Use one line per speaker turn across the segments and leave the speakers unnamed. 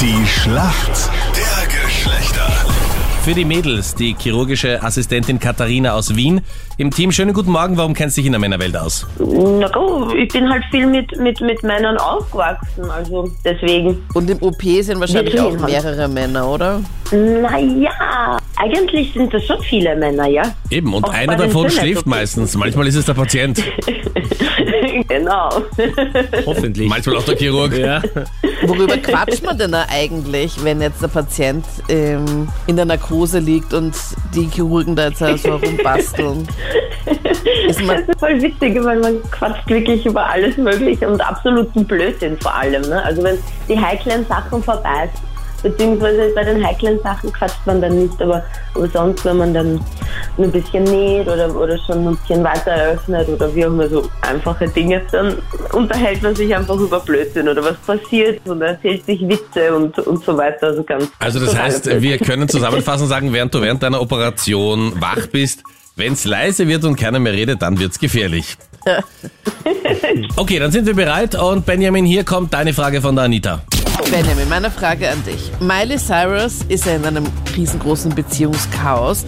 Die Schlacht der Geschlechter.
Für die Mädels, die chirurgische Assistentin Katharina aus Wien. Im Team, schönen guten Morgen, warum kennst du dich in der Männerwelt aus?
Na gut, ich bin halt viel mit, mit, mit Männern aufgewachsen, also deswegen.
Und im OP sind wahrscheinlich
Wir
auch
sehen uns.
mehrere Männer, oder?
Naja, eigentlich sind das schon viele Männer, ja?
Eben, und
Auch
einer
bei den
davon
Schönheits-
schläft meistens. Manchmal ist es der Patient,
genau.
Hoffentlich.
manchmal auch der Chirurg.
Ja.
Worüber quatscht man denn da eigentlich, wenn jetzt der Patient ähm, in der Narkose liegt und die Chirurgen da jetzt so rumbasteln? Ist
Das
man,
ist voll witzig, weil man quatscht wirklich über alles Mögliche und absoluten Blödsinn vor allem. Ne? Also wenn die heiklen Sachen vorbei sind, beziehungsweise bei den heiklen Sachen quatscht man dann nicht, aber, aber sonst, wenn man dann nur ein bisschen näht oder, oder schon ein bisschen weiter eröffnet oder wie auch immer so einfache Dinge, dann unterhält man sich einfach über Blödsinn oder was passiert und erzählt sich Witze und, und so weiter. Also, ganz
Also das
total
heißt,
blöd.
wir können zusammenfassend sagen, während du während deiner Operation wach bist, wenn's leise wird und keiner mehr redet, dann wird's gefährlich. Okay, dann sind wir bereit und Benjamin, hier kommt deine Frage von der Anita.
Benjamin, meine Frage an dich. Miley Cyrus ist ja in einem riesengroßen Beziehungschaos.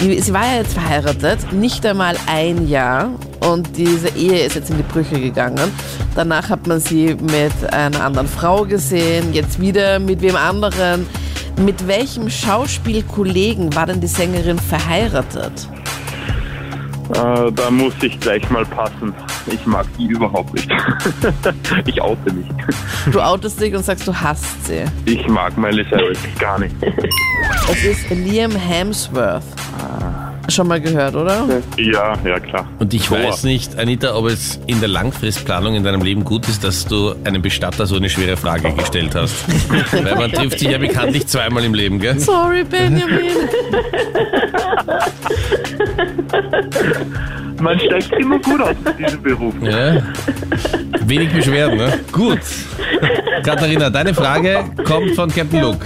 Die- Sie war ja jetzt verheiratet, nicht einmal ein Jahr und diese Ehe ist jetzt in die Brüche gegangen. Danach hat man sie mit einer anderen Frau gesehen, jetzt wieder mit wem anderen. Mit welchem Schauspielkollegen war denn die Sängerin verheiratet?
Äh, da muss ich gleich mal passen. Ich mag die überhaupt nicht. ich oute mich.
Du outest dich und sagst, du hasst sie.
Ich mag Miley Cyrus gar nicht.
Es ist Liam Hemsworth. Schon mal gehört, oder?
Ja, ja klar.
Und ich
Boah.
weiß nicht, Anita, ob es in der Langfristplanung in deinem Leben gut ist, dass du einem Bestatter so eine schwere Frage gestellt hast. Weil man trifft sich ja bekanntlich zweimal im Leben, gell?
Sorry, Benjamin.
Man steigt immer gut aus in diesem Beruf.
Ja. Wenig Beschwerden, ne? Gut. Katharina, deine Frage kommt von Captain Luke.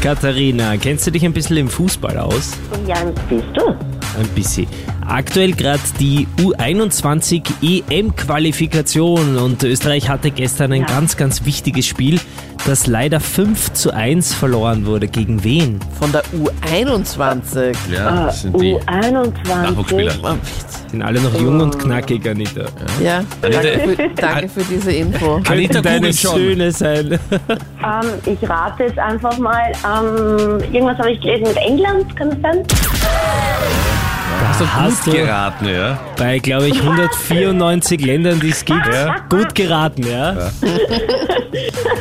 Katharina, kennst du dich ein bisschen im Fußball aus?
Ja, siehst du?
Ein bisschen. Aktuell gerade die U21 EM-Qualifikation und Österreich hatte gestern ein ganz, ganz wichtiges Spiel, das leider 5 zu 1 verloren wurde. Gegen wen?
Von der U21.
Ah,
Ja, das sind die
U21.
Nachwuchsspieler.
Oh, bitte.
Sind alle noch jung und knackig, Anita.
Ja, danke für, danke für diese Info.
Anita
Deine
googelt schon.
Söhne sein.
Ähm, ich rate jetzt einfach mal, ähm, irgendwas habe ich gelesen mit England, kann das sein?
Hast du
Hast
gut
du.
geraten, ja?
Bei, glaube ich, 194 Ländern, die es gibt.
Ja.
Gut geraten, ja?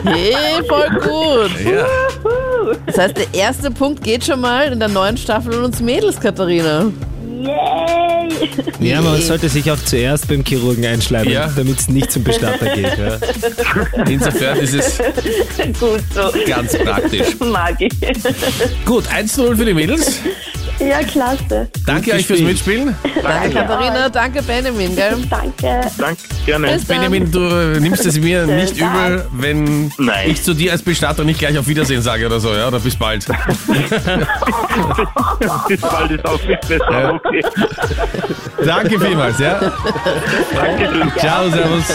Hey, voll gut.
Ja.
Das heißt, der erste Punkt geht schon mal in der neuen Staffel an uns Mädels, Katharina.
Yay!
Ja, aber man sollte sich auch zuerst beim Chirurgen einschleimen,
Ja.
damit es nicht zum Bestatter geht. Ja.
Insofern ist es
Gut so.
ganz praktisch.
Mag ich.
Gut, 1-0 für die Mädels.
Ja, klasse.
Danke euch fürs Mitspielen.
Danke, Katharina. Danke, Benjamin.
Ähm,
Gell?
Danke.
Danke, gerne.
Bis dann.
Benjamin, du äh, nimmst es mir nicht
Schönen Tag.
übel, wenn
Nein.
ich zu dir als Bestatter nicht gleich auf Wiedersehen sage oder so, ja? Oder bis bald.
Bis bald ist auch nicht besser. Okay.
Danke vielmals, ja?
Dankeschön.
Ciao, servus.